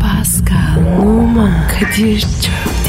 Pascal, Oman, Kadir çok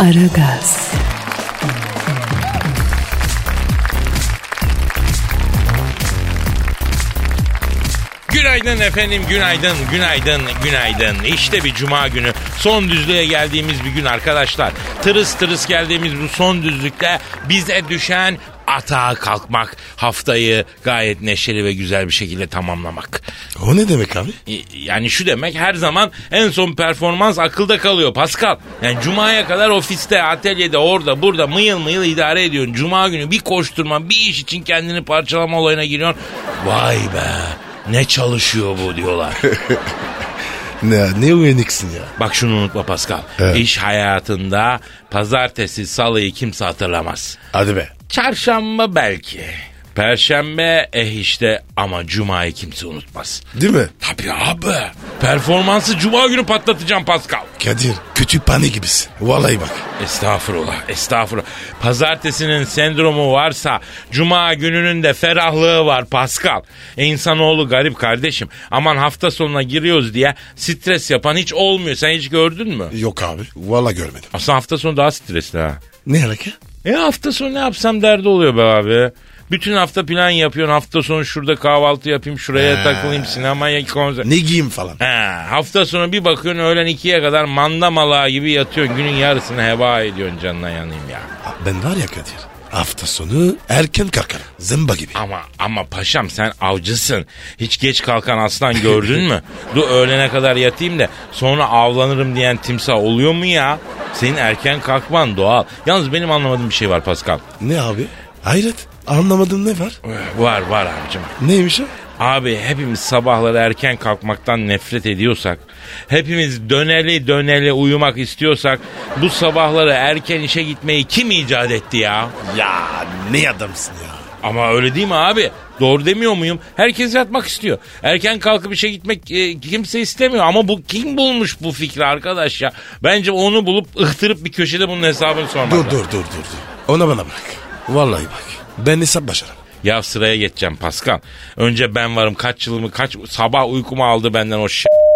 Aragaz, Günaydın efendim, günaydın, günaydın, günaydın. İşte bir cuma günü. Son düzlüğe geldiğimiz bir gün arkadaşlar. Tırıs tırıs geldiğimiz bu son düzlükte bize düşen atağa kalkmak. Haftayı gayet neşeli ve güzel bir şekilde tamamlamak. O ne demek abi? Y- Yani şu demek her zaman en son performans akılda kalıyor Pascal. Yani cumaya kadar ofiste, atölyede, orada, burada mıyıl mıyıl idare ediyorsun. Cuma günü bir koşturma, bir iş için kendini parçalama olayına giriyorsun. Vay be ne çalışıyor bu diyorlar. Ne, ne uyanıksın ya. Bak şunu unutma Pascal. Evet. İş hayatında pazartesi, salıyı kimse hatırlamaz. Hadi be. Çarşamba belki. Perşembe eh işte ama cumayı kimse unutmaz. Değil mi? Tabii abi. Performansı cuma günü patlatacağım Pascal. Kadir kütüphane gibisin. Vallahi bak. Estağfurullah, estağfurullah. Pazartesinin sendromu varsa cuma gününün de ferahlığı var Pascal. E, İnsanoğlu garip kardeşim. Aman hafta sonuna giriyoruz diye stres yapan hiç olmuyor. Sen hiç gördün mü? Yok abi. Vallahi görmedim. Aslında hafta sonu daha stresli ha. Ne alaka? E hafta sonu ne yapsam derdi oluyor be abi. Bütün hafta plan yapıyorsun. Hafta sonu şurada kahvaltı yapayım, şuraya takılayım, sinemaya konser. Ne giyeyim falan. Ha, hafta sonu bir bakıyorsun öğlen ikiye kadar manda malağı gibi yatıyorsun. Günün yarısını heba ediyorsun canına yanayım ya. Ben var ya Kadir. Hafta sonu erken kalkarım. Zımba gibi. Ama ama paşam sen avcısın. Hiç geç kalkan aslan gördün mü? Dur öğlene kadar yatayım da sonra avlanırım diyen timsah oluyor mu ya? Senin erken kalkman doğal. Yalnız benim anlamadığım bir şey var Pascal. Ne abi? Hayret. Anlamadım ne var? Öh, Var var abicim. Neymiş o? Abi hepimiz sabahları erken kalkmaktan nefret ediyorsak, hepimiz döneli döneli uyumak istiyorsak bu sabahları erken işe gitmeyi kim icat etti ya? Ya ne adamsın ya. Ama öyle değil mi abi? Doğru demiyor muyum? Herkes yatmak istiyor. Erken kalkıp işe gitmek e, kimse istemiyor. Ama bu kim bulmuş bu fikri arkadaş ya? Bence onu bulup ıhtırıp bir köşede bunun hesabını sormak Dur lazım. dur dur dur. dur. Ona bana bırak. Vallahi bak. Ben hesap başarım. Ya sıraya geçeceğim Pascal. Önce ben varım kaç yılımı kaç sabah uykumu aldı benden o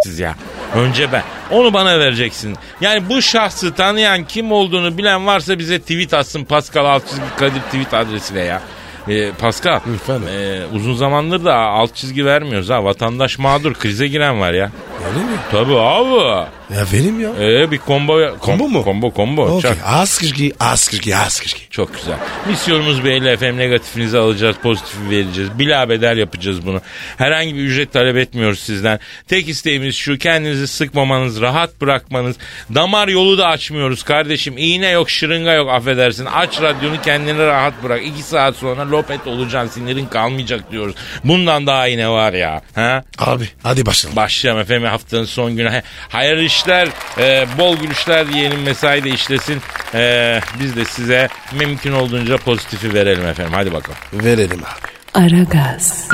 siz ya. Önce ben. Onu bana vereceksin. Yani bu şahsı tanıyan kim olduğunu bilen varsa bize tweet atsın Pascal alt çizgi Kadir tweet adresine ya. Ee, Pascal Efendim? ee, uzun zamandır da alt çizgi vermiyoruz ha. Vatandaş mağdur krize giren var ya. Öyle mi? Tabii abi. Ya verim ya. Ee, bir combo. Combo mu? Combo combo. Çak. Okey. Az kırkı, az kırkı, az kırkı. Çok güzel. Misyonumuz belli efendim. Negatifinizi alacağız, pozitifi vereceğiz. Bila bedel yapacağız bunu. Herhangi bir ücret talep etmiyoruz sizden. Tek isteğimiz şu kendinizi sıkmamanız, rahat bırakmanız. Damar yolu da açmıyoruz kardeşim. İğne yok, şırınga yok affedersin. Aç radyonu kendini rahat bırak. İki saat sonra lopet olacaksın, sinirin kalmayacak diyoruz. Bundan daha iyi ne var ya? Ha? Abi hadi başlayalım. Başlayalım efendim haftanın son günü. He- Hayırlı işler, e, bol gülüşler diyelim mesai de işlesin. E, biz de size mümkün olduğunca pozitifi verelim efendim. Hadi bakalım. Verelim abi. Aragaz,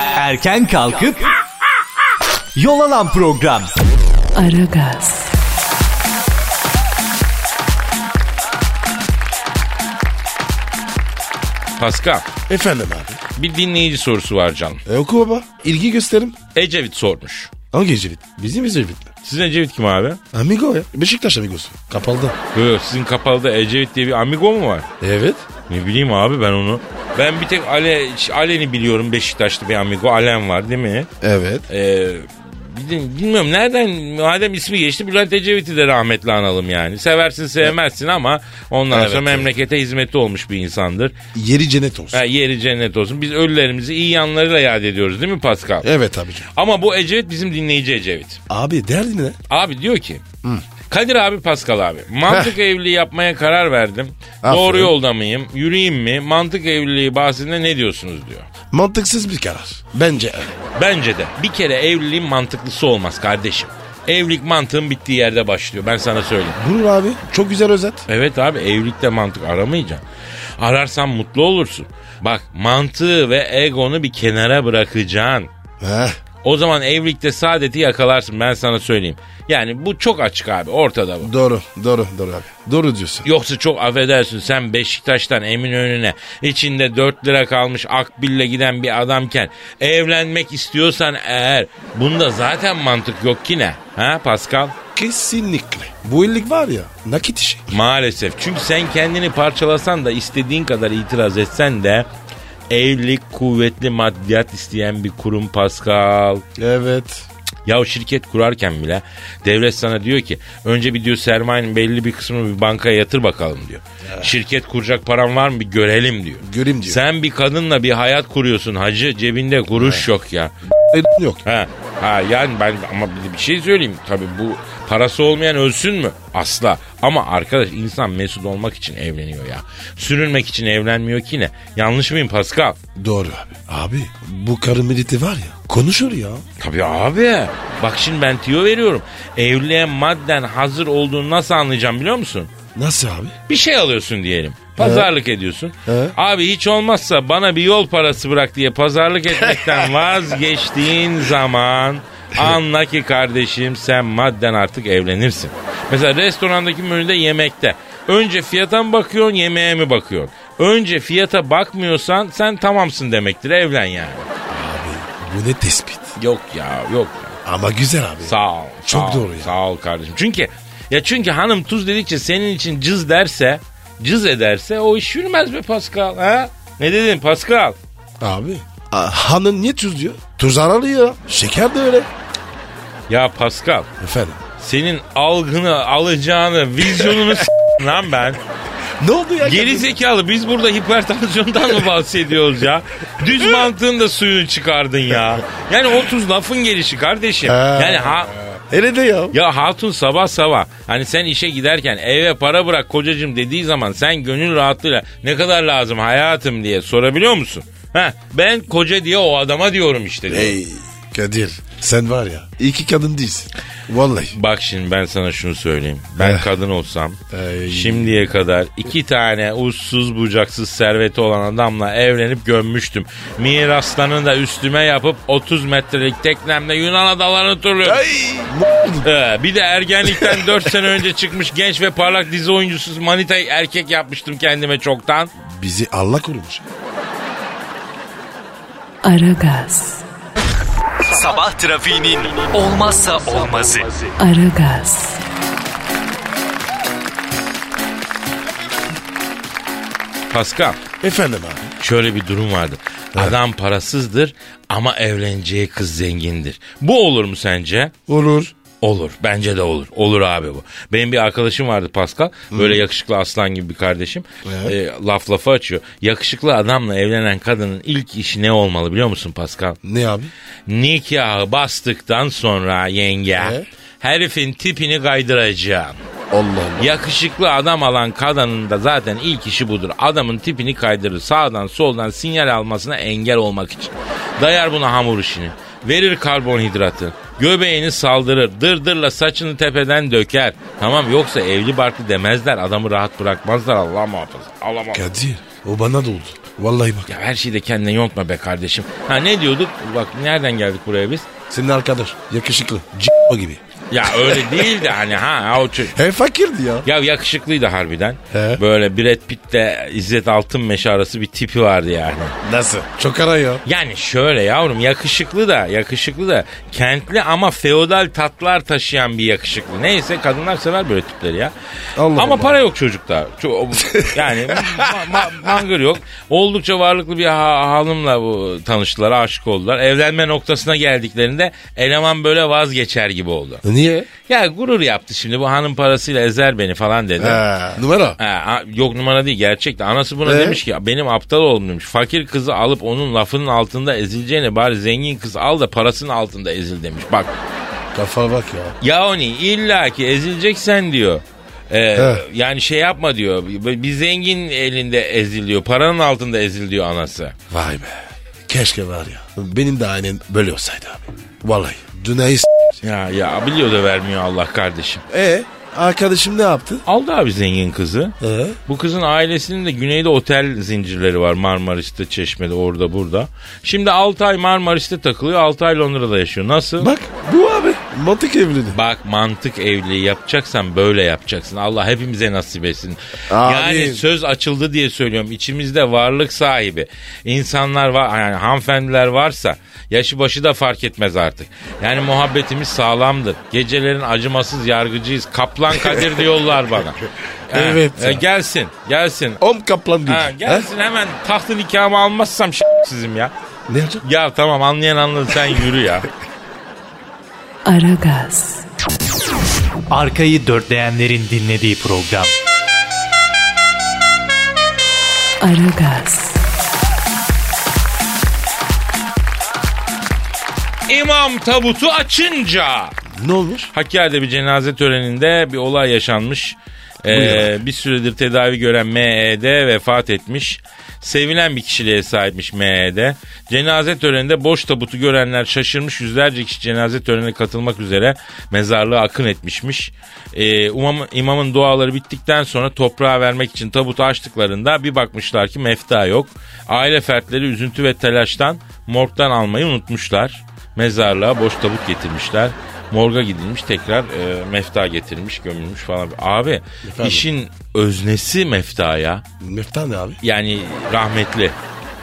Erken kalkıp yol alan program. Aragaz, Pascal, Efendim abi. bir dinleyici sorusu var canım. E, oku baba. İlgi gösterim. Ecevit sormuş. Hangi Ecevit? Bizim Ecevit mi? Sizin Ecevit kim abi? Amigo ya. Beşiktaş amigosu. Kapalıda. Hı, sizin kapalıda Ecevit diye bir amigo mu var? Evet. Ne bileyim abi ben onu. Ben bir tek Ale, Alen'i biliyorum Beşiktaşlı bir amigo. Alen var değil mi? Evet. Ee, bildim- bilmiyorum nereden madem ismi geçti Bülent Ecevit'i de rahmetli analım yani. Seversin sevmezsin ama ondan Evet, sonra evet. memlekete hizmeti olmuş bir insandır. Yeri cennet olsun. Ha, yeri cennet olsun. Biz ölülerimizi iyi yanlarıyla yad ediyoruz değil mi Pascal? Evet abicim. Ama bu Ecevit bizim dinleyici Ecevit. Abi derdin ne? Abi diyor ki Kadir abi Pascal abi mantık evliliği yapmaya karar verdim. Aferin. Doğru yolda mıyım? Yürüyeyim mi? Mantık evliliği bahsinde ne diyorsunuz diyor. Mantıksız bir karar. Bence öyle. Bence de bir kere evliliğin mantıklısı olmaz kardeşim. Evlilik mantığın bittiği yerde başlıyor. Ben sana söyleyeyim. Buyur abi. Çok güzel özet. Evet abi evlilikte mantık aramayacaksın. Ararsan mutlu olursun. Bak mantığı ve egonu bir kenara bırakacaksın. Heh. O zaman evlilikte saadeti yakalarsın ben sana söyleyeyim. Yani bu çok açık abi ortada bu. Doğru. Doğru. Doğru abi. Doğru diyorsun. Yoksa çok affedersin sen Beşiktaş'tan Eminönü'ne içinde 4 lira kalmış akbille giden bir adamken evlenmek istiyorsan eğer bunda zaten mantık yok ki ne? Ha Pascal? Kesinlikle. Bu illik var ya nakit işi. Maalesef. Çünkü sen kendini parçalasan da istediğin kadar itiraz etsen de evlilik kuvvetli maddiyat isteyen bir kurum Pascal. Evet. Ya şirket kurarken bile devlet sana diyor ki önce bir diyor sermayenin belli bir kısmını bir bankaya yatır bakalım diyor. Şirket kuracak paran var mı bir görelim diyor. Göreyim diyor. Sen bir kadınla bir hayat kuruyorsun hacı cebinde kuruş yok ya. E, yok. Ha, ha yani ben ama bir- bir şey söyleyeyim tabii bu parası olmayan ölsün mü? Asla. Ama arkadaş insan mesut olmak için evleniyor ya. Sürünmek için evlenmiyor ki ne? Yanlış mıyım Pascal? Doğru abi. Abi bu karı milleti var ya konuşur ya. Tabii abi. Bak şimdi ben tiyo veriyorum. Evliliğe madden hazır olduğunu nasıl anlayacağım biliyor musun? Nasıl abi? Bir şey alıyorsun diyelim. Pazarlık ediyorsun. He. Abi hiç olmazsa bana bir yol parası bırak diye pazarlık etmekten vazgeçtiğin zaman anla ki kardeşim sen madden artık evlenirsin. Mesela restorandaki menüde yemekte. Önce fiyata mı bakıyorsun yemeğe mi bakıyorsun? Önce fiyata bakmıyorsan sen tamamsın demektir evlen yani. Bu ne tespit? Yok ya yok ya. Ama güzel abi. Sağ ol. Çok sağ ol, doğru ya. Sağ ol kardeşim. Çünkü ya çünkü hanım tuz dedikçe senin için cız derse, cız ederse o iş yürümez be Pascal ha? Ne dedin Pascal? Abi. A- hanım niye tuz diyor? Tuz aralı ya. Şeker de öyle. Ya Pascal Efendim. senin algını, alacağını, vizyonunu s- lan ben. Ne oldu ya? Geri zekalı biz burada hipertansiyondan mı bahsediyoruz ya? Düz mantığın da suyunu çıkardın ya. Yani o tuz lafın gelişi kardeşim. Ha. Yani ha, Öyle de ya. Ya hatun sabah sabah hani sen işe giderken eve para bırak kocacığım dediği zaman sen gönül rahatlığıyla ne kadar lazım hayatım diye sorabiliyor musun? Heh, ben koca diye o adama diyorum işte. Hey Kadir sen var ya iki kadın değilsin. Vallahi. Bak şimdi ben sana şunu söyleyeyim. Ben Eh. kadın olsam Ey. şimdiye kadar iki tane uçsuz bucaksız serveti olan adamla evlenip gömmüştüm. Miraslarını da üstüme yapıp 30 metrelik teknemle Yunan adalarını turluyorum. Ay, ne oldu? He, Ee, bir de ergenlikten 4 sene önce çıkmış genç ve parlak dizi oyuncusu manita erkek yapmıştım kendime çoktan. Bizi Allah korumuş. Aragaz, Sabah trafiğinin olmazsa olmazı. Aragaz, Pascal Efendim abi. şöyle bir durum vardı. Adam parasızdır ama evleneceği kız zengindir. Bu olur mu sence? Olur. Olur. Bence de olur. Olur abi bu. Benim bir arkadaşım vardı Pascal. Böyle yakışıklı aslan gibi bir kardeşim. Evet. E, laf lafa açıyor. Yakışıklı adamla evlenen kadının ilk işi ne olmalı biliyor musun Pascal? Ne abi? Nikahı bastıktan sonra yenge Ee? herifin tipini kaydıracağım. Allah Allah. Yakışıklı adam alan kadının da zaten ilk işi budur. Adamın tipini kaydırır sağdan soldan sinyal almasına engel olmak için. Dayar buna hamur işini. Verir karbonhidratı. Göbeğini saldırır. Dırdırla saçını tepeden döker. Tamam yoksa evli barklı demezler. Adamı rahat bırakmazlar Allah muhafaza. Allah muhafaza. Kadir o bana da oldu. Vallahi bak. Ya her şeyi de kendine yontma be kardeşim. Ha ne diyorduk? Bak nereden geldik buraya biz? Senin arkadaş yakışıklı. C***a gibi. Ya öyle değil de hani ha, ha o çocuk. He fakirdi ya. Ya yakışıklıydı harbiden. He. Böyle Brad Pitt'le İzzet Altınmeşe arası bir tipi vardı yani. Nasıl? Çok ara ya. Yani şöyle yavrum yakışıklı da yakışıklı da kentli ama feodal tatlar taşıyan bir yakışıklı. Neyse kadınlar sever böyle tipleri ya. Allah ama Allah. para yok çocukta. Ço- yani ma- ma- mangır yok. Oldukça varlıklı bir ha- hanımla bu tanıştılar, aşık oldular. Evlenme noktasına geldiklerinde eleman böyle vazgeçer gibi oldu. Niye? Ya gurur yaptı şimdi bu hanım parasıyla ezer beni falan dedi. Ha, numara. Ha, a- yok numara değil gerçekten. Anası buna Ee? demiş ki benim aptal oğlum demiş. Fakir kızı alıp onun lafının altında ezileceğine bari zengin kız al da parasının altında ezil demiş. Bak Kafa bak ya. Yaoni illa ki ezileceksen diyor. Ee, yani şey yapma diyor. Bir bir zengin elinde eziliyor. Paranın altında eziliyor anası. Vay be. Keşke var ya. Benim de aynen böyle olsaydı abi. Vallahi. Dünyayı s- var. Ya ya biliyor da vermiyor Allah kardeşim. E arkadaşım ne yaptı? Aldı abi zengin kızı. Ee? Bu kızın ailesinin de güneyde otel zincirleri var Marmaris'te, Çeşme'de, orada burada. Şimdi 6 ay Marmaris'te takılıyor, 6 ay Londra'da yaşıyor. Nasıl? Bak bu abi mantık evliliği. Bak mantık evliliği yapacaksan böyle yapacaksın. Allah hepimize nasip etsin. Amin. Yani söz açıldı diye söylüyorum. İçimizde varlık sahibi insanlar var yani hanımefendiler varsa yaşı başı da fark etmez artık. Yani muhabbetimiz sağlamdır. Gecelerin acımasız yargıcıyız. Kaplan Kadir diyorlar bana. Ha, Evet e, ya. gelsin, gelsin. Om kaplan değil. Ha, gelsin hemen tahtın nikahımı almazsam ş- sizim ya. Ne yapacak? Ya tamam anlayan anladı sen yürü ya. Aragaz, Arkayı dörtleyenlerin dinlediği program. Aragaz, İmam tabutu açınca. Ne olmuş? Hakkari'de bir cenaze töreninde bir olay yaşanmış. Ee, bir süredir tedavi gören MED vefat etmiş. Sevilen bir kişiliğe sahipmiş MED. Cenaze töreninde boş tabutu görenler şaşırmış. Yüzlerce kişi cenaze törenine katılmak üzere mezarlığa akın etmişmiş. Ee, umam- imamın duaları bittikten sonra toprağa vermek için tabutu açtıklarında bir bakmışlar ki mefta yok. Aile fertleri üzüntü ve telaştan morgdan almayı unutmuşlar. Mezarlığa boş tabut getirmişler. Morga gidilmiş tekrar e, mefta getirilmiş gömülmüş falan. Abi işin öznesi mefta ya. Mefta ne abi? Yani rahmetli.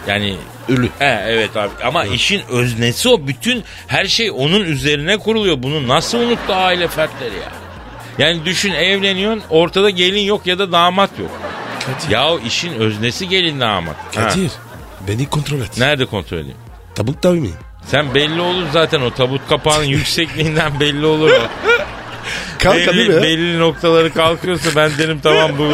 Yani Ölü. He, evet abi ama işin öznesi o. Bütün her şey onun üzerine kuruluyor. Bunu nasıl unuttu aile fertleri ya? Yani düşün evleniyorsun ortada gelin yok ya da damat yok. Kadir. Ya işin öznesi gelin damat. Ha, Kadir. Beni kontrol et. Nerede kontrol edeyim? Tabuk tabii miyim? Sen belli olur zaten o tabut kapağının yüksekliğinden belli olur o. Kanka belli, değil mi? belli noktaları kalkıyorsa ben derim tamam bu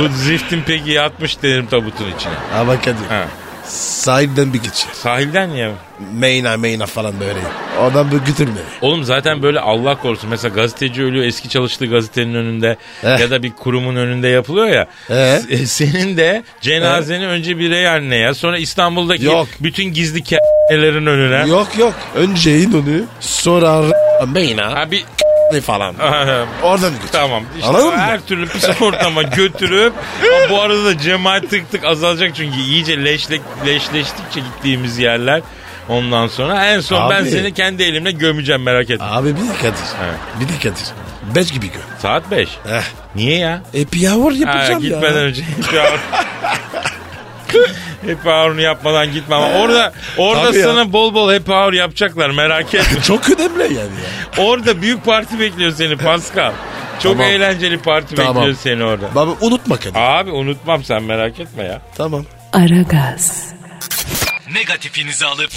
bu ziftin peki yatmış derim tabutun içine. Ama Kadir. Ha. Sahilden bir geçer. Sahilden ya. Meyna meyna falan böyle. Adam böyle götürme. Oğlum zaten böyle Allah korusun mesela gazeteci ölüyor eski çalıştığı gazetenin önünde Eh. ya da bir kurumun önünde yapılıyor ya. Eh. S- Senin de cenazeni önce bir Reyhanlı'ya sonra İstanbul'daki Yok. bütün gizli k***lerin önüne. Yok yok. Önce in onu. Sonra r- meyna Ha bir falan. Oradan götür. Tamam. İşte Anladın mı? her türlü pis ortama götürüp bu arada da cemaat tık tık azalacak çünkü iyice leşle, leşleştikçe gittiğimiz yerler. Ondan sonra en son ben Abi. seni kendi elimle gömeceğim merak etme. Abi bir de Kadir. Evet. Bir de Kadir. Beş gibi gör. Saat 5. Eh. Niye ya? E piyavur Ha, yapacağım ya. gitmeden önce hep yavrum. Hep hour'unu yapmadan gitme ama orada orada Tabii ya. sana bol bol hep hour yapacaklar merak etme. Çok önemli yani ya. orada büyük parti bekliyor seni Pascal. Çok Tamam. eğlenceli parti Tamam. bekliyor seni orada. Baba unutma Kadir. Abi unutmam sen merak etme ya. Tamam. Aragaz, Negatifinizi alıp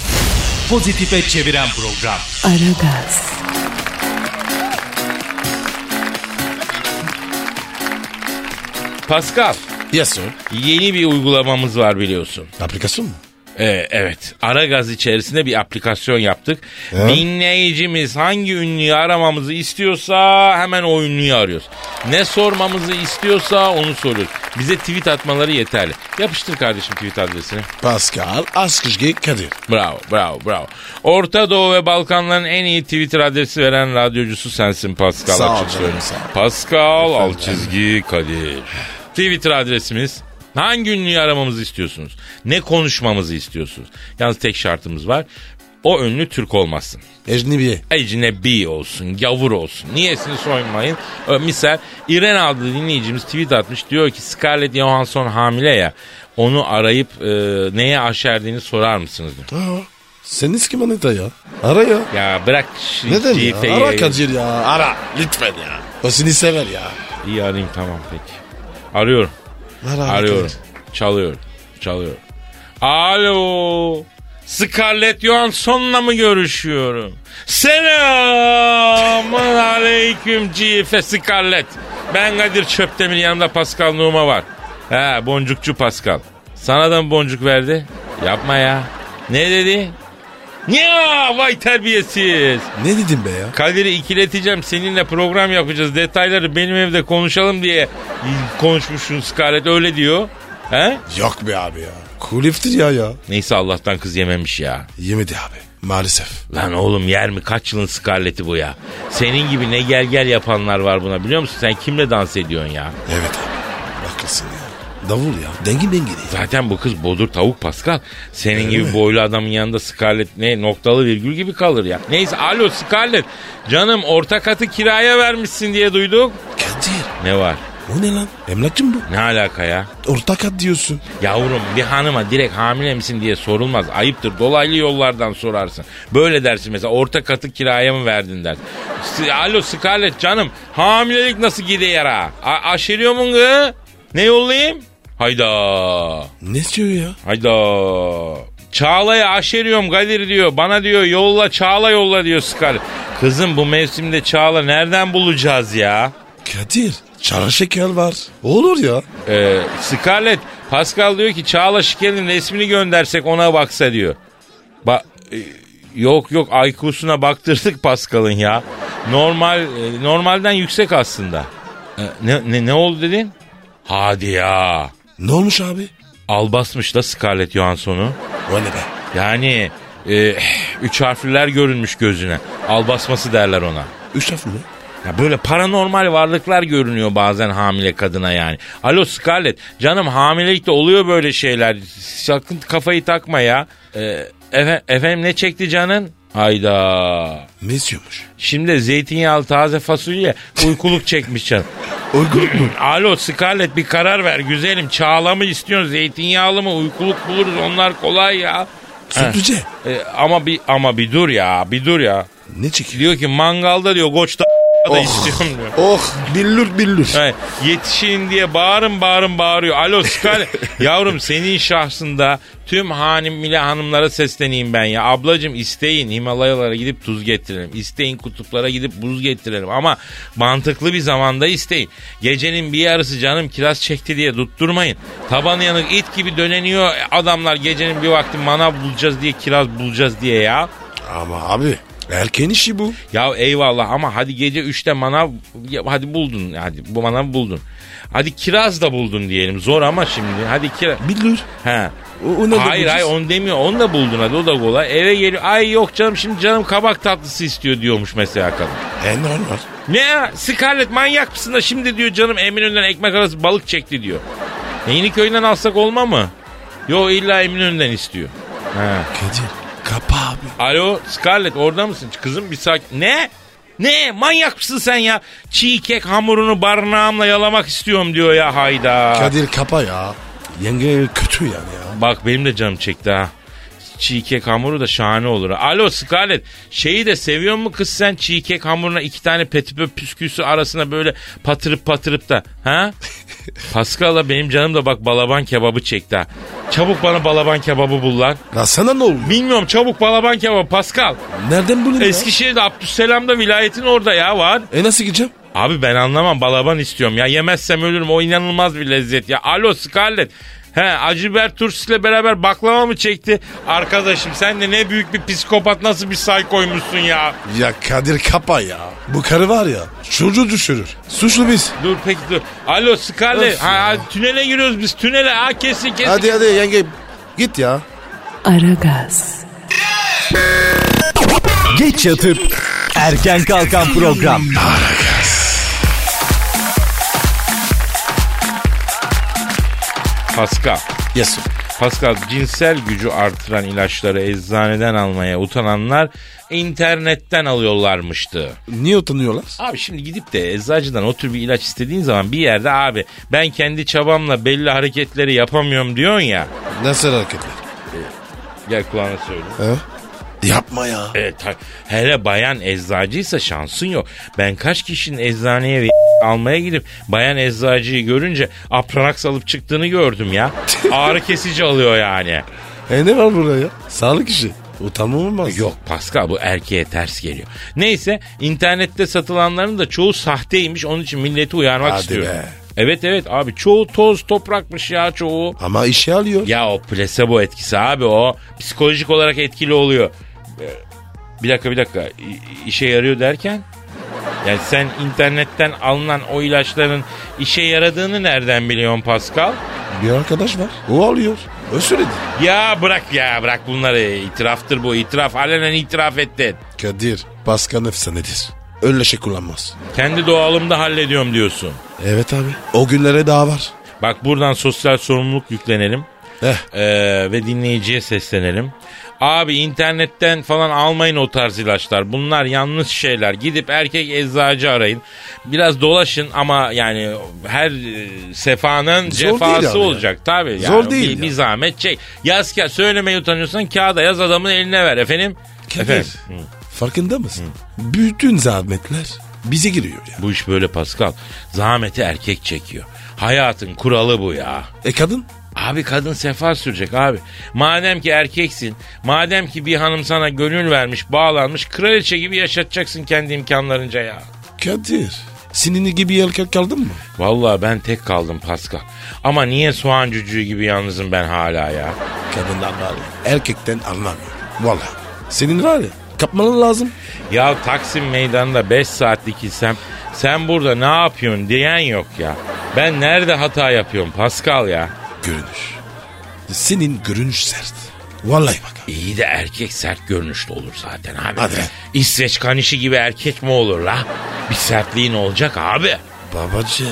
pozitife çeviren program. Aragaz, Pascal Yes sir. yeni bir uygulamamız var biliyorsun. Aplikasyon mu? Ee, evet Aragaz içerisinde bir aplikasyon yaptık. He. Dinleyicimiz hangi ünlüyü aramamızı istiyorsa hemen o ünlüyü arıyoruz. Ne sormamızı istiyorsa onu soruyoruz. Bize tweet atmaları yeterli. Yapıştır kardeşim tweet adresini. Pascal Askışge Kadir. Bravo, bravo, bravo. Orta Doğu ve Balkanların en iyi Twitter adresi veren radyocusu sensin Pascal. Sağ ol açık canım, söyleyeyim. sağ ol. Pascal alt çizgi Kadir. Twitter adresimiz. Hangi ünlüyü aramamızı istiyorsunuz? Ne konuşmamızı istiyorsunuz? Yalnız tek şartımız var. O ünlü Türk olmasın. Ecnebiye. Ecnebi olsun, gavur olsun. Niyesini soymayın. Ö, Misal İren adlı dinleyicimiz tweet atmış. Diyor ki Scarlett Johansson hamile ya. Onu arayıp e, neye aşerdiğini sorar mısınız? diyor. Aa, Seniz kim Anita ya? Ara ya. Ya bırak şu Neden ya? CF'yi. Ara Kadir ya. Ara. Lütfen ya. O seni sever ya. İyi arayayım tamam peki. Arıyorum. Ara abi Arıyorum. Kadir. Çalıyorum. Çalıyorum. Alo. Scarlett Johansson'la mı görüşüyorum? Selamun aleyküm CF Scarlett. Ben Kadir Çöptemir yanımda Pascal Numa var. He boncukçu Pascal. Sana da mı boncuk verdi? Yapma ya. Ne dedi? Ya vay terbiyesiz. Ne dedim be ya? Kadir'i ikileteceğim seninle program yapacağız detayları benim evde konuşalım diye konuşmuşsun Scarlett öyle diyor. He? Yok be abi ya. Kuliftir ya ya. Neyse Allah'tan kız yememiş ya. Yemedi abi maalesef. Lan oğlum yer mi? Kaç yılın skarleti bu ya? Senin gibi ne gel gel yapanlar var buna biliyor musun? Sen kimle dans ediyorsun ya? Evet abi haklısın ya. Davul ya. Dengin dengin. Zaten bu kız bodur tavuk Pascal. Senin gibi boylu adamın yanında Scarlett ne noktalı virgül gibi kalır ya. Neyse alo Scarlett. Canım orta katı kiraya vermişsin diye duyduk. Kadir Ne var? o ne lan? Emlakçı mı bu? Ne alaka ya? Ortak at diyorsun. Yavrum bir hanıma direkt hamile misin diye sorulmaz. Ayıptır. Dolaylı yollardan sorarsın. Böyle dersin mesela orta katı kiraya mı verdin der. S- Alo Scarlett canım hamilelik nasıl gidiyor ha? A- aşeriyor mu kız? Ne yollayayım? Hayda. Ne diyor ya? Hayda. Çağla'ya aşeriyorum Kadir diyor. Bana diyor yolla Çağla yolla diyor Scar. Kızım bu mevsimde Çağla nereden bulacağız ya? Kadir çara şeker var. Olur ya. Ee, Scarlett Pascal diyor ki Çağla Şikel'in resmini göndersek ona baksa diyor. Ba e, yok yok IQ'suna baktırdık Pascal'ın ya. Normal e, normalden yüksek aslında. E, ne, ne, ne oldu dedin? Hadi ya. Ne olmuş abi? Albasmış da Scarlett Johansson'u. O ne be? Yani e, üç harfliler görünmüş gözüne. Al basması derler ona. Üç laf mı? Ya böyle paranormal varlıklar görünüyor bazen hamile kadına yani. Alo Scarlett canım hamilelikte oluyor böyle şeyler. Sakın kafayı takma ya. E, efe- efendim ne çekti canın? Hayda. Ne istiyormuş? Şimdi de zeytinyağlı taze fasulye uykuluk çekmiş canım. Uygun mu? Alo Scarlett bir karar ver güzelim. Çağla mı istiyorsun zeytinyağlı mı uykuluk buluruz onlar kolay ya. Sütlüce. E, ama bir ama bir dur ya bir dur ya. Ne çekiyor? Diyor ki mangalda diyor goçta da istiyorum diyor. Oh billur billur. Yani yetişin diye bağırın bağırın bağırıyor. Alo Skale. Yavrum senin şahsında tüm hanim ile hanımlara sesleneyim ben ya. Ablacım isteyin Himalayalara gidip tuz getirelim. İsteyin kutuplara gidip buz getirelim. Ama mantıklı bir zamanda isteyin. Gecenin bir yarısı canım kiraz çekti diye tutturmayın. Tabanı yanık it gibi döneniyor adamlar gecenin bir vakti manav bulacağız diye kiraz bulacağız diye ya. Ama abi erken işi bu. Ya eyvallah ama hadi gece 3'te manav ya hadi buldun hadi bu manav buldun. Hadi kiraz da buldun diyelim. Zor ama şimdi. Hadi kiraz. Billur. He. O- ona da hayır bulacağız. hayır onu demiyor. Onu da buldun hadi o da kolay. Eve geliyor. Ay yok canım şimdi canım kabak tatlısı istiyor diyormuş mesela kadın. En normal. Ne ya? Scarlett manyak mısın da şimdi diyor canım Eminönü'nden ekmek arası balık çekti diyor. E, Yeniköy'den alsak olma mı? Yo illa Eminönü'nden istiyor. He. Kadir kapa abi. Alo Scarlett orada mısın? Kızım bir sakin. Ne? Ne? Manyak mısın sen ya? Çiğ kek hamurunu barnağımla yalamak istiyorum diyor ya hayda. Kadir kapa ya. Yenge kötü yani ya. Bak benim de canım çekti ha. Çiğ kek hamuru da şahane olur. Alo Scarlett şeyi de seviyor mu kız sen çiğ kek hamuruna iki tane petibö püsküsü arasına böyle patırıp patırıp da ha? Pascal'a benim canım da bak balaban kebabı çekti ha. Çabuk bana balaban kebabı bul lan. Lan sana ne oldu? Bilmiyorum çabuk balaban kebabı Pascal. Nereden buldun ya? Eskişehir'de Abdüsselam'da vilayetin orada ya var. E nasıl gideceğim? Abi ben anlamam balaban istiyorum ya yemezsem ölürüm o inanılmaz bir lezzet ya. Alo Scarlett. He Acıber Tursi'yle beraber baklava mı çekti? Arkadaşım sen de ne büyük bir psikopat nasıl bir saykoymuşsun ya. Ya Kadir kapa ya. Bu karı var ya çocuğu düşürür. Suçlu biz. Dur peki dur. Alo Scarlett. Öf Ha, ya. ha, tünele giriyoruz biz tünele. Ha kesin kesin. Hadi hadi yenge git ya. Aragaz, Geç yatıp erken kalkan program. Pascal. Yes. Pascal cinsel gücü artıran ilaçları eczaneden almaya utananlar internetten alıyorlarmıştı. Niye utanıyorlar? Abi şimdi gidip de eczacıdan o tür bir ilaç istediğin zaman bir yerde abi ben kendi çabamla belli hareketleri yapamıyorum diyorsun ya. Nasıl hareketler? Gel kulağına söyle. He? Yapma ya. Evet, ta- hele bayan eczacıysa şansın yok. Ben kaç kişinin eczaneye ve almaya gidip bayan eczacıyı görünce apranax alıp çıktığını gördüm ya. Ağrı kesici alıyor yani. E ne var burada ya? Sağlık işi. Utanma olmaz. Yok Pascal bu erkeğe ters geliyor. Neyse internette satılanların da çoğu sahteymiş onun için milleti uyarmak Hadi istiyorum. be. Evet evet abi çoğu toz toprakmış ya çoğu. Ama işe alıyor. Ya o placebo etkisi abi o psikolojik olarak etkili oluyor. Ee, Bir dakika bir dakika İ- işe yarıyor derken? Yani sen internetten alınan o ilaçların işe yaradığını nereden biliyorsun Pascal? Bir arkadaş var. O alıyor. O söyledi. Ya bırak ya bırak bunları itiraftır bu itiraf alenen itiraf ettin. Kadir Pascal efsanedir. Öyle şey kullanmaz. Kendi doğalımda hallediyorum diyorsun. Evet abi. O günlere daha var. Bak buradan sosyal sorumluluk yüklenelim. Eh. Ee, ve dinleyiciye seslenelim. Abi internetten falan almayın o tarz ilaçlar. Bunlar yanlış şeyler. Gidip erkek eczacı arayın. Biraz dolaşın ama yani her e, sefanın Zor değil cefası abi olacak. Tabii yani Zor değil Bir, ya. bir zahmet çek. Yaz ka söylemeye utanıyorsan kağıda yaz adamın eline ver efendim. Efendim. Kadir. Farkında mısın? Bütün zahmetler bize giriyor ya. Bu iş böyle Pascal. Zahmeti erkek çekiyor. Hayatın kuralı bu ya. E kadın? Abi kadın sefa sürecek abi. Madem ki erkeksin, madem ki bir hanım sana gönül vermiş, bağlanmış, kraliçe gibi yaşatacaksın kendi imkanlarınca ya. Kadir. Sinini gibi erkek kaldın mı? Vallahi ben tek kaldım Pascal. Ama niye soğan cücüğü gibi yalnızım ben hala ya? Kadından var ya. Erkekten anlamıyor. Valla. Senin var ya. Kapman lazım. Ya Taksim Meydanı'nda 5 saat dikilsem sen burada ne yapıyorsun diyen yok ya. Ben nerede hata yapıyorum Pascal ya? Görünüş. Senin görünüş sert. Vallahi bak. abi. İyi de erkek sert görünüşlü olur zaten abi. Hadi. İsveç kanişi gibi erkek mi olur la? Bir sertliğin olacak abi. Babacığım.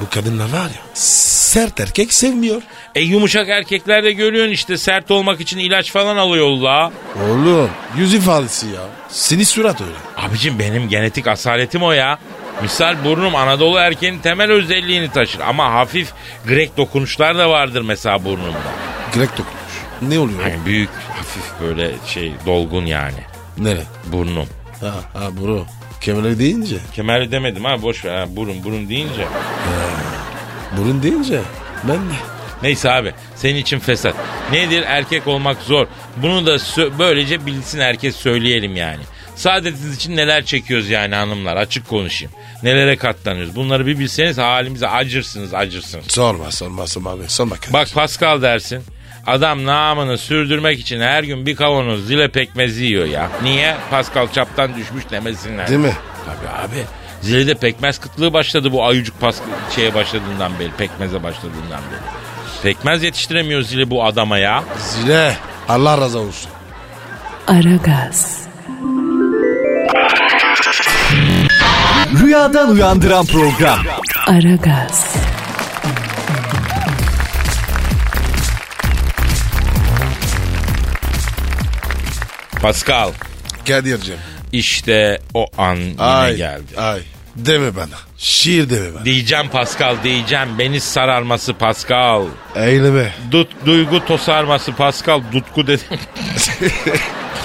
Bu kadınlar var ya. Sert erkek sevmiyor. E yumuşak erkekler de görüyorsun işte sert olmak için ilaç falan alıyor la. Oğlum. Yüz ifadesi ya. Seni surat öyle. Abicim benim genetik asaletim o ya. Misal burnum Anadolu erkeğinin temel özelliğini taşır ama hafif grek dokunuşlar da vardır mesela burnumda. Grek dokunmuş. Ne oluyor? Hani büyük hafif böyle şey dolgun yani Nere? burnum. Ha, ha bro. Kemerleri deyince. Kemerli demedim ha boş ver ha, burun burun deyince. Burun deyince. Ben de. Neyse abi senin için fesat. Nedir erkek olmak zor. Bunu da sö- böylece bilsin herkes söyleyelim yani. Saadetiniz için neler çekiyoruz yani hanımlar açık konuşayım. Nelere katlanıyoruz bunları bir bilseniz halimize acırsınız acırsınız. Sorma sorma sorma abi. Sorma Kadir. Bak Pascal dersin. Adam namını sürdürmek için her gün bir kavanoz zile pekmezi yiyor ya. Niye? Pascal çaptan düşmüş demesinler. Değil mi? Tabii abi. Zilede pekmez kıtlığı başladı bu ayucuk pas şeye başladığından beri, pekmeze başladığından beri. Pekmez yetiştiremiyor zile bu adama ya. Zile. Allah razı olsun. Aragaz, Rüyadan uyandıran program. Aragaz, Pascal Kadir'cim. işte o an yine Ay. geldi. Ay. Deme bana. Şiir deme bana. Diyeceğim Pascal diyeceğim. Beni sararması Pascal. Eyleme. Dut, duygu tosarması Pascal. Dutku dedim.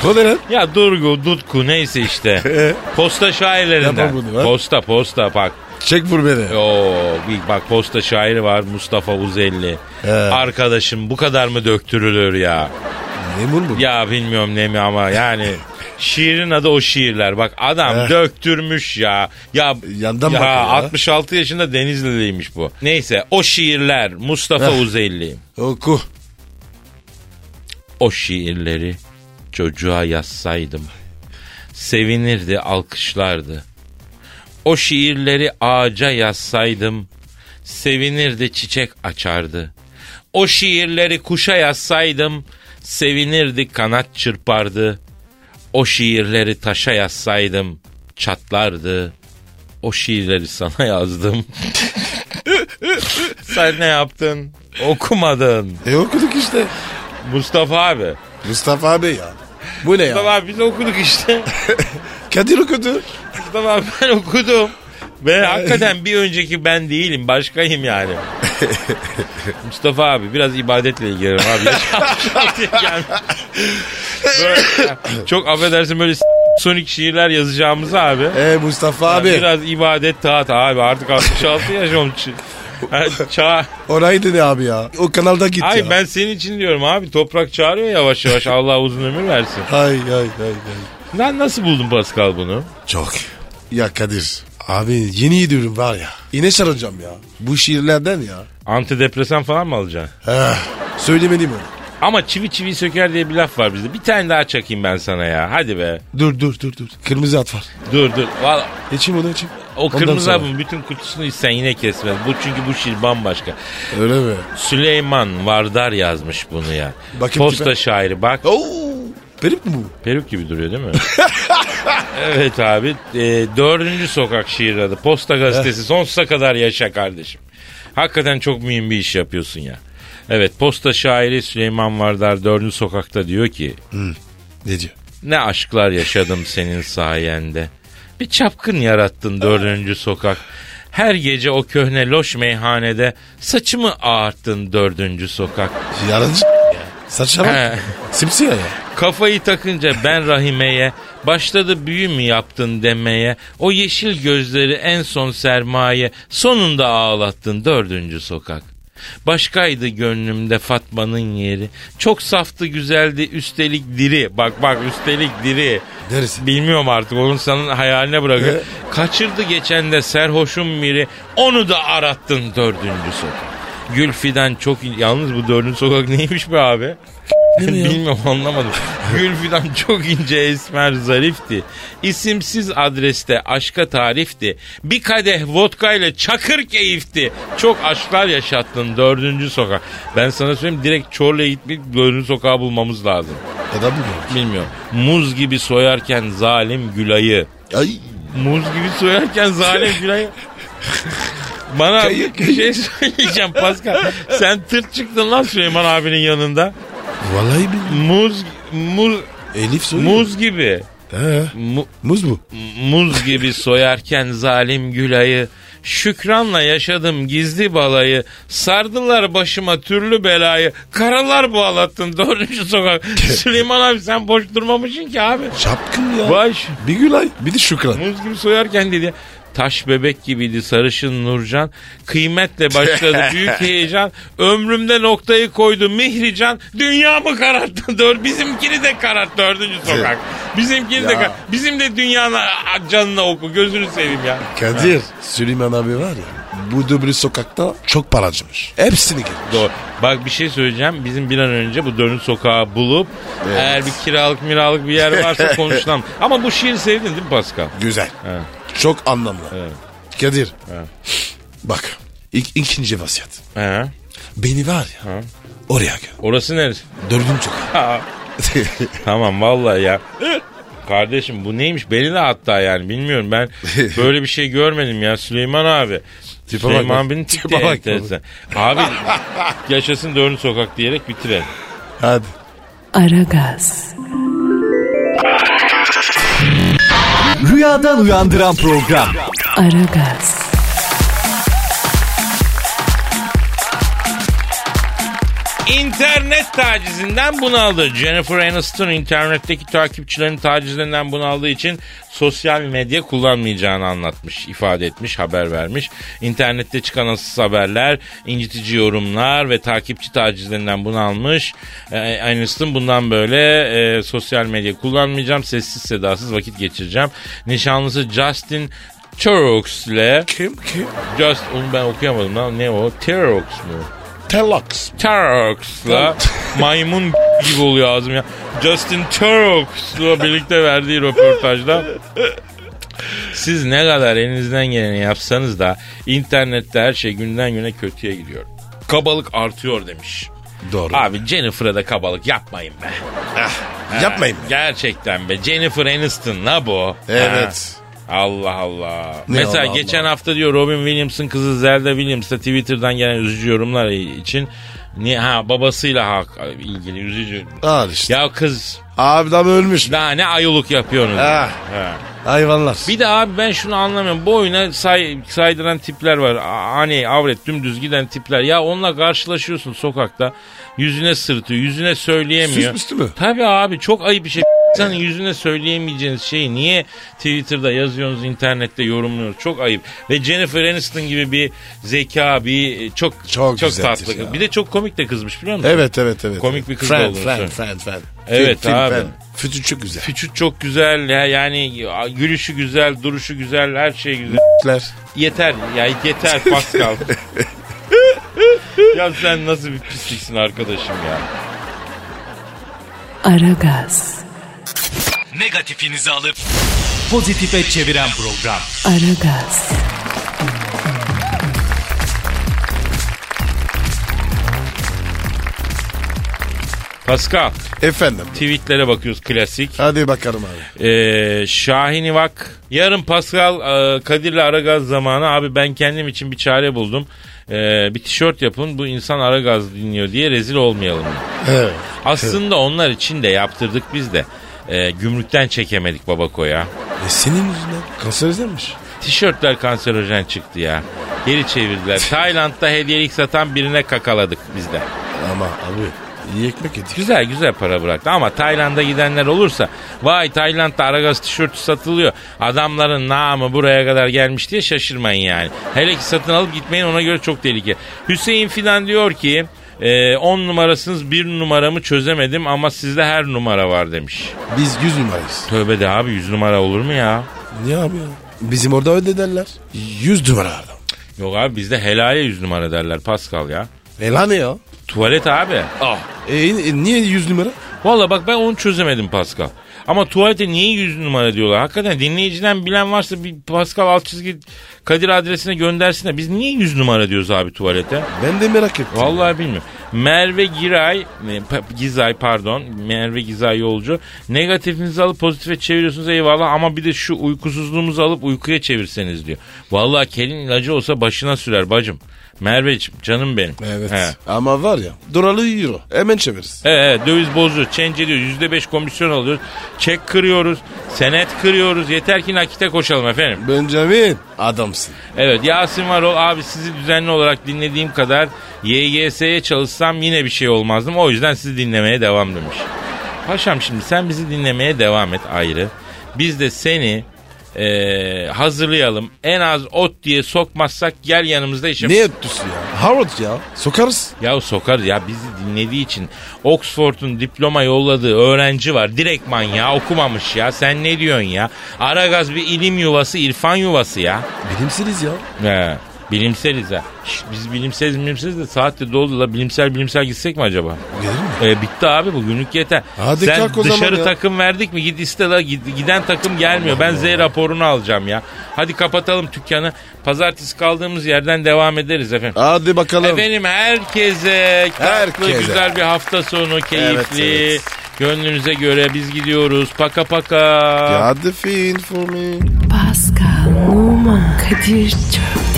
O ne lan? Ya Durgu, Dutku neyse işte. posta şairlerinden. Yapma bunu lan. Posta posta bak. Çek vur beni. Oo, bir bak posta şairi var Mustafa Uzelli. He. Arkadaşım bu kadar mı döktürülür ya? Ne bu? Ya bilmiyorum ne mi ama yani şiirin adı o şiirler. Bak adam Eh. döktürmüş ya. Ya, Yandan ya, bakıyor ya. 66 yaşında Denizliliymiş bu. Neyse o şiirler Mustafa Eh. Uzelli. Oku. O şiirleri çocuğa yazsaydım. Sevinirdi, alkışlardı. O şiirleri ağaca yazsaydım. Sevinirdi, çiçek açardı. O şiirleri kuşa yazsaydım. Sevinirdi, kanat çırpardı. O şiirleri taşa yazsaydım. Çatlardı. O şiirleri sana yazdım. Sen ne yaptın? Okumadın. E okuduk işte. Mustafa abi. Mustafa abi ya. Bu ne Mustafa ya? abi biz okuduk işte. Kadir okudu. Mustafa abi ben okudum. Ve hakikaten bir önceki ben değilim. Başkayım yani. Mustafa abi biraz ibadetle ilgilenin abi. Yani böyle- çok affedersin böyle s- sonik şiirler yazacağımız abi. E Mustafa Yani abi. Biraz ibadet taat abi artık 66 yaş olmuş. Yani çağ- Oraydı ne abi ya? O kanalda git Ay ya. ben senin için diyorum abi toprak çağırıyor yavaş yavaş Allah uzun ömür versin. Ay ay ay ay. Lan nasıl buldun Pascal bunu? Çok. Ya Kadir. Abi yeni gidiyorum var ya. Yine saracağım ya. Bu şiirlerden ya. Antidepresan falan mı alacaksın? Eh, söylemeliyim onu. Ama çivi çivi söker diye bir laf var bizde. Bir tane daha çakayım ben sana ya. Hadi be. Dur dur dur dur. Kırmızı at var. Dur dur. Vallahi İçim onu içim. O kırmızı sonra. abun bütün kutusunu sen yine kesmez. Bu çünkü bu şiir bambaşka. Öyle mi? Süleyman Vardar yazmış bunu ya. Bakayım Posta kime? şairi bak. Oo. Perip mi bu? Peruk gibi duruyor değil mi? evet abi. E, dördüncü sokak şiir adı. Posta gazetesi sonsuza kadar yaşa kardeşim. Hakikaten çok mühim bir iş yapıyorsun ya. Evet posta şairi Süleyman Vardar dördüncü sokakta diyor ki Ne diyor? ne aşklar yaşadım senin sayende. Bir çapkın yarattın dördüncü sokak. Her gece o köhne loş meyhanede saçımı ağarttın dördüncü sokak. Yarancı. Saçlar He. bak. Simsiyah ya. Kafayı takınca ben rahimeye, başladı büyü mü yaptın demeye, o yeşil gözleri en son sermaye, sonunda ağlattın dördüncü sokak. Başkaydı gönlümde Fatma'nın yeri. Çok saftı güzeldi üstelik diri. Bak bak üstelik diri. Neresi? Bilmiyorum artık onun senin hayaline bırakıyor. Kaçırdı geçen de serhoşum biri. Onu da arattın dördüncü sokak. Gül fidan çok yalnız bu dördüncü sokak neymiş be abi? Bilmiyorum anlamadım. Gül fidan çok ince esmer zarifti. İsimsiz adreste aşka tarifti. Bir kadeh vodka ile çakır keyifti. Çok aşklar yaşattın dördüncü sokak. Ben sana söyleyeyim direkt Çorlu'ya gitmek dördüncü sokağı bulmamız lazım. Adam mı bu? Bilmiyorum. Muz gibi soyarken zalim Gülay'ı. Ay. Muz gibi soyarken zalim Gülay'ı. Bana Kayık. bir şey söyleyeceğim Pascal. Sen tırt çıktın lan Süleyman abinin yanında. Vallahi bilmiyorum. Muz muz Elif soruyor. muz gibi. He. Mu- Muz mu? muz gibi soyarken zalim Gülay'ı Şükranla yaşadım gizli balayı. Sardılar başıma türlü belayı. Karalar bağlattın dördüncü sokak. Süleyman abi sen boş durmamışsın ki abi. Çapkın ya. Baş. Bir Gülay bir de Şükran. Muz gibi soyarken dedi. ya, Taş bebek gibiydi sarışın Nurcan. Kıymetle başladı büyük heyecan. Ömrümde noktayı koydu Mihrican. Dünyamı kararttı. Dör, bizimkini de karart dördüncü sokak. Bizimkini de Ya. karart. Bizim de dünyana canına oku. Gözünü seveyim ya. Kadir. Süleyman abi var ya. Bu döbülü sokakta çok para harcamış. Hepsini gel. Doğru. Bak bir şey söyleyeceğim. Bizim bir an önce bu dönüş sokağı bulup eğer bir kiralık miralık bir yer varsa konuşalım. Ama bu şiiri sevdin değil mi Pascal? Güzel. Evet. Çok anlamlı. Kadir. Evet. Bak. İk, ikinci vasiyet. He. Beni var ya. Oraya gel. Orası neresi? Dördüncü sokak. Ha. Tamam vallahi ya. Kardeşim bu neymiş? Beni de hatta yani bilmiyorum ben böyle bir şey görmedim ya Süleyman abi. Tipe Süleyman bak. abinin tipi Tipe bak. enteresan. Abi yaşasın dördüncü sokak diyerek bitirelim. Hadi. Aragaz, Rüyadan uyandıran program. Aragaz, İnternet tacizinden bunaldı. Jennifer Aniston internetteki takipçilerin tacizinden bunaldığı için sosyal medya kullanmayacağını anlatmış, ifade etmiş, haber vermiş. İnternette çıkan asıl haberler, incitici yorumlar ve takipçi tacizlerinden bunalmış. Ee, Aniston bundan böyle e, sosyal medya kullanmayacağım, sessiz sedasız vakit geçireceğim. Nişanlısı Justin Turok ile Kim kim? Just onu ben okuyamadım lan ne o Turok mu? Telox. Turks'la maymun gibi oluyor ağzım ya. Justin Turks'la birlikte verdiği röportajda siz ne kadar elinizden geleni yapsanız da internette her şey günden güne kötüye gidiyor. Kabalık artıyor demiş. Doğru. Abi Jennifer'a da kabalık yapmayın be. Yapmayın. Gerçekten be. Jennifer Aniston la bu. Evet. Ha. Allah Allah. Ne Mesela Allah Allah? geçen hafta diyor Robin Williams'ın kızı Zelda Williams'ta Twitter'dan gelen üzücü yorumlar için ni ha babasıyla ha, ilgili üzücü. Al işte. Ya kız Ablam ölmüş. daha ne ayılık yapıyorsunuz. Ha. Ha. Hayvanlar. Bir de abi ben şunu anlamıyorum. Boyuna say, saydıran tipler var. A- Hani avret dümdüz giden tipler. Ya onunla karşılaşıyorsun sokakta. Yüzüne sırtıyor, yüzüne söyleyemiyor. Süsmüştü mü? Tabii abi çok ayıp bir şey. İnsanın yüzüne söyleyemeyeceğiniz şeyi niye Twitter'da yazıyorsunuz, internette yorumluyorsunuz? Çok ayıp. Ve Jennifer Aniston gibi bir zeka, bir çok çok, Çok güzeldir tatlı. ya. Bir de çok komik de kızmış biliyor musun? Evet evet evet. Komik bir kız da friend, olursa. friend, friend, friend. Evet Film, film, abi. friend. Fütü çok güzel. Füçü çok güzel ya yani gülüşü güzel, duruşu güzel, her şey güzel. Fütler. Yeter ya yeter Pascal. ya sen nasıl bir pisliksin arkadaşım ya. Aragaz, Negatifinizi alıp pozitife çeviren program. Aragaz, Pascal Efendim. tweetlere bakıyoruz klasik. Hadi bakalım abi. Ee, Şahin İvak. Yarın Pascal e, Kadir'le Aragaz zamanı abi ben kendim için bir çare buldum. Ee, bir tişört yapın bu insan Aragaz dinliyor diye rezil olmayalım. Evet. Aslında onlar için de yaptırdık biz de. Ee, gümrükten çekemedik babako ya. E senin yüzünden kanser izlenmiş. Tişörtler kanserojen çıktı ya. Geri çevirdiler. Tayland'da hediyelik satan birine kakaladık biz de. Ama abi iyi ekmek yedik. Güzel güzel para bıraktı ama Tayland'a gidenler olursa vay Tayland'da Aragaz tişörtü satılıyor. Adamların namı buraya kadar gelmiş diye şaşırmayın yani. Hele ki satın alıp gitmeyin ona göre çok tehlike. Hüseyin Fidan diyor ki 10 numarasınız bir numaramı çözemedim ama sizde her numara var demiş. Biz yüz numarayız. Tövbe de abi 100 numara olur mu ya? Niye abi ya? Bizim orada öyle derler. Yüz numara adam. Yok abi bizde helale 100 numara derler Pascal ya. E lan ne ya? Tuvalet abi. Ah. E, e, niye yüz numara? Valla bak ben onu çözemedim Pascal. Ama tuvalete niye 100 numara diyorlar? Hakikaten dinleyiciden bilen varsa bir Pascal alt çizgi Kadir adresine göndersin de biz niye 100 numara diyoruz abi tuvalete? Ben de merak ettim. Vallahi bilmiyorum. Merve Giray, e, pa- Gizay pardon, Merve Gizay yolcu. Negatifinizi alıp pozitife çeviriyorsunuz eyvallah ama bir de şu uykusuzluğumuzu alıp uykuya çevirseniz diyor. Vallahi kelin ilacı olsa başına sürer bacım. Merveciğim canım benim. Evet. He. Ama var ya dolarlı euro. Hemen çeviririz. Evet, evet, döviz bozuyor, change ediyor. Yüzde beş komisyon alıyoruz. Çek kırıyoruz, senet kırıyoruz. Yeter ki nakite koşalım efendim. Benjamin adamsın. Evet Yasin Varol abi sizi düzenli olarak dinlediğim kadar YGS'ye çalışsam yine bir şey olmazdım. O yüzden sizi dinlemeye devam demiş. Paşam şimdi sen bizi dinlemeye devam et ayrı. Biz de seni eee, hazırlayalım. En az ot diye sokmazsak gel yanımızda işe Ne öttüsü ya? Harvard ya. Sokarız. ya sokar ya bizi dinlediği için Oxford'un diploma yolladığı öğrenci var. Direktman ya okumamış ya. Sen ne diyorsun ya? Aragaz bir ilim yuvası, irfan yuvası ya. Bilimsiniz ya. He. Bilimseliz ha. Şşt, biz bilimseliz bilimseliz de saatte doldu la bilimsel bilimsel gitsek mi acaba? Gelir mi? E, bitti abi bugünlük yeter. Hadi Sen kalk o zaman dışarı ya. takım verdik mi git iste la Gid- giden takım gelmiyor. Ben Z raporunu alacağım ya. Hadi kapatalım dükkanı. Pazartesi kaldığımız yerden devam ederiz efendim. Hadi bakalım. Efendim herkese, tatlı Herkese. güzel bir hafta sonu keyifli. Evet, evet. Gönlünüze göre biz gidiyoruz. Paka paka. Hadi fin for me. Pascal, Oman, Kadir çok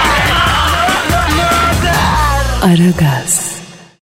Aragaz.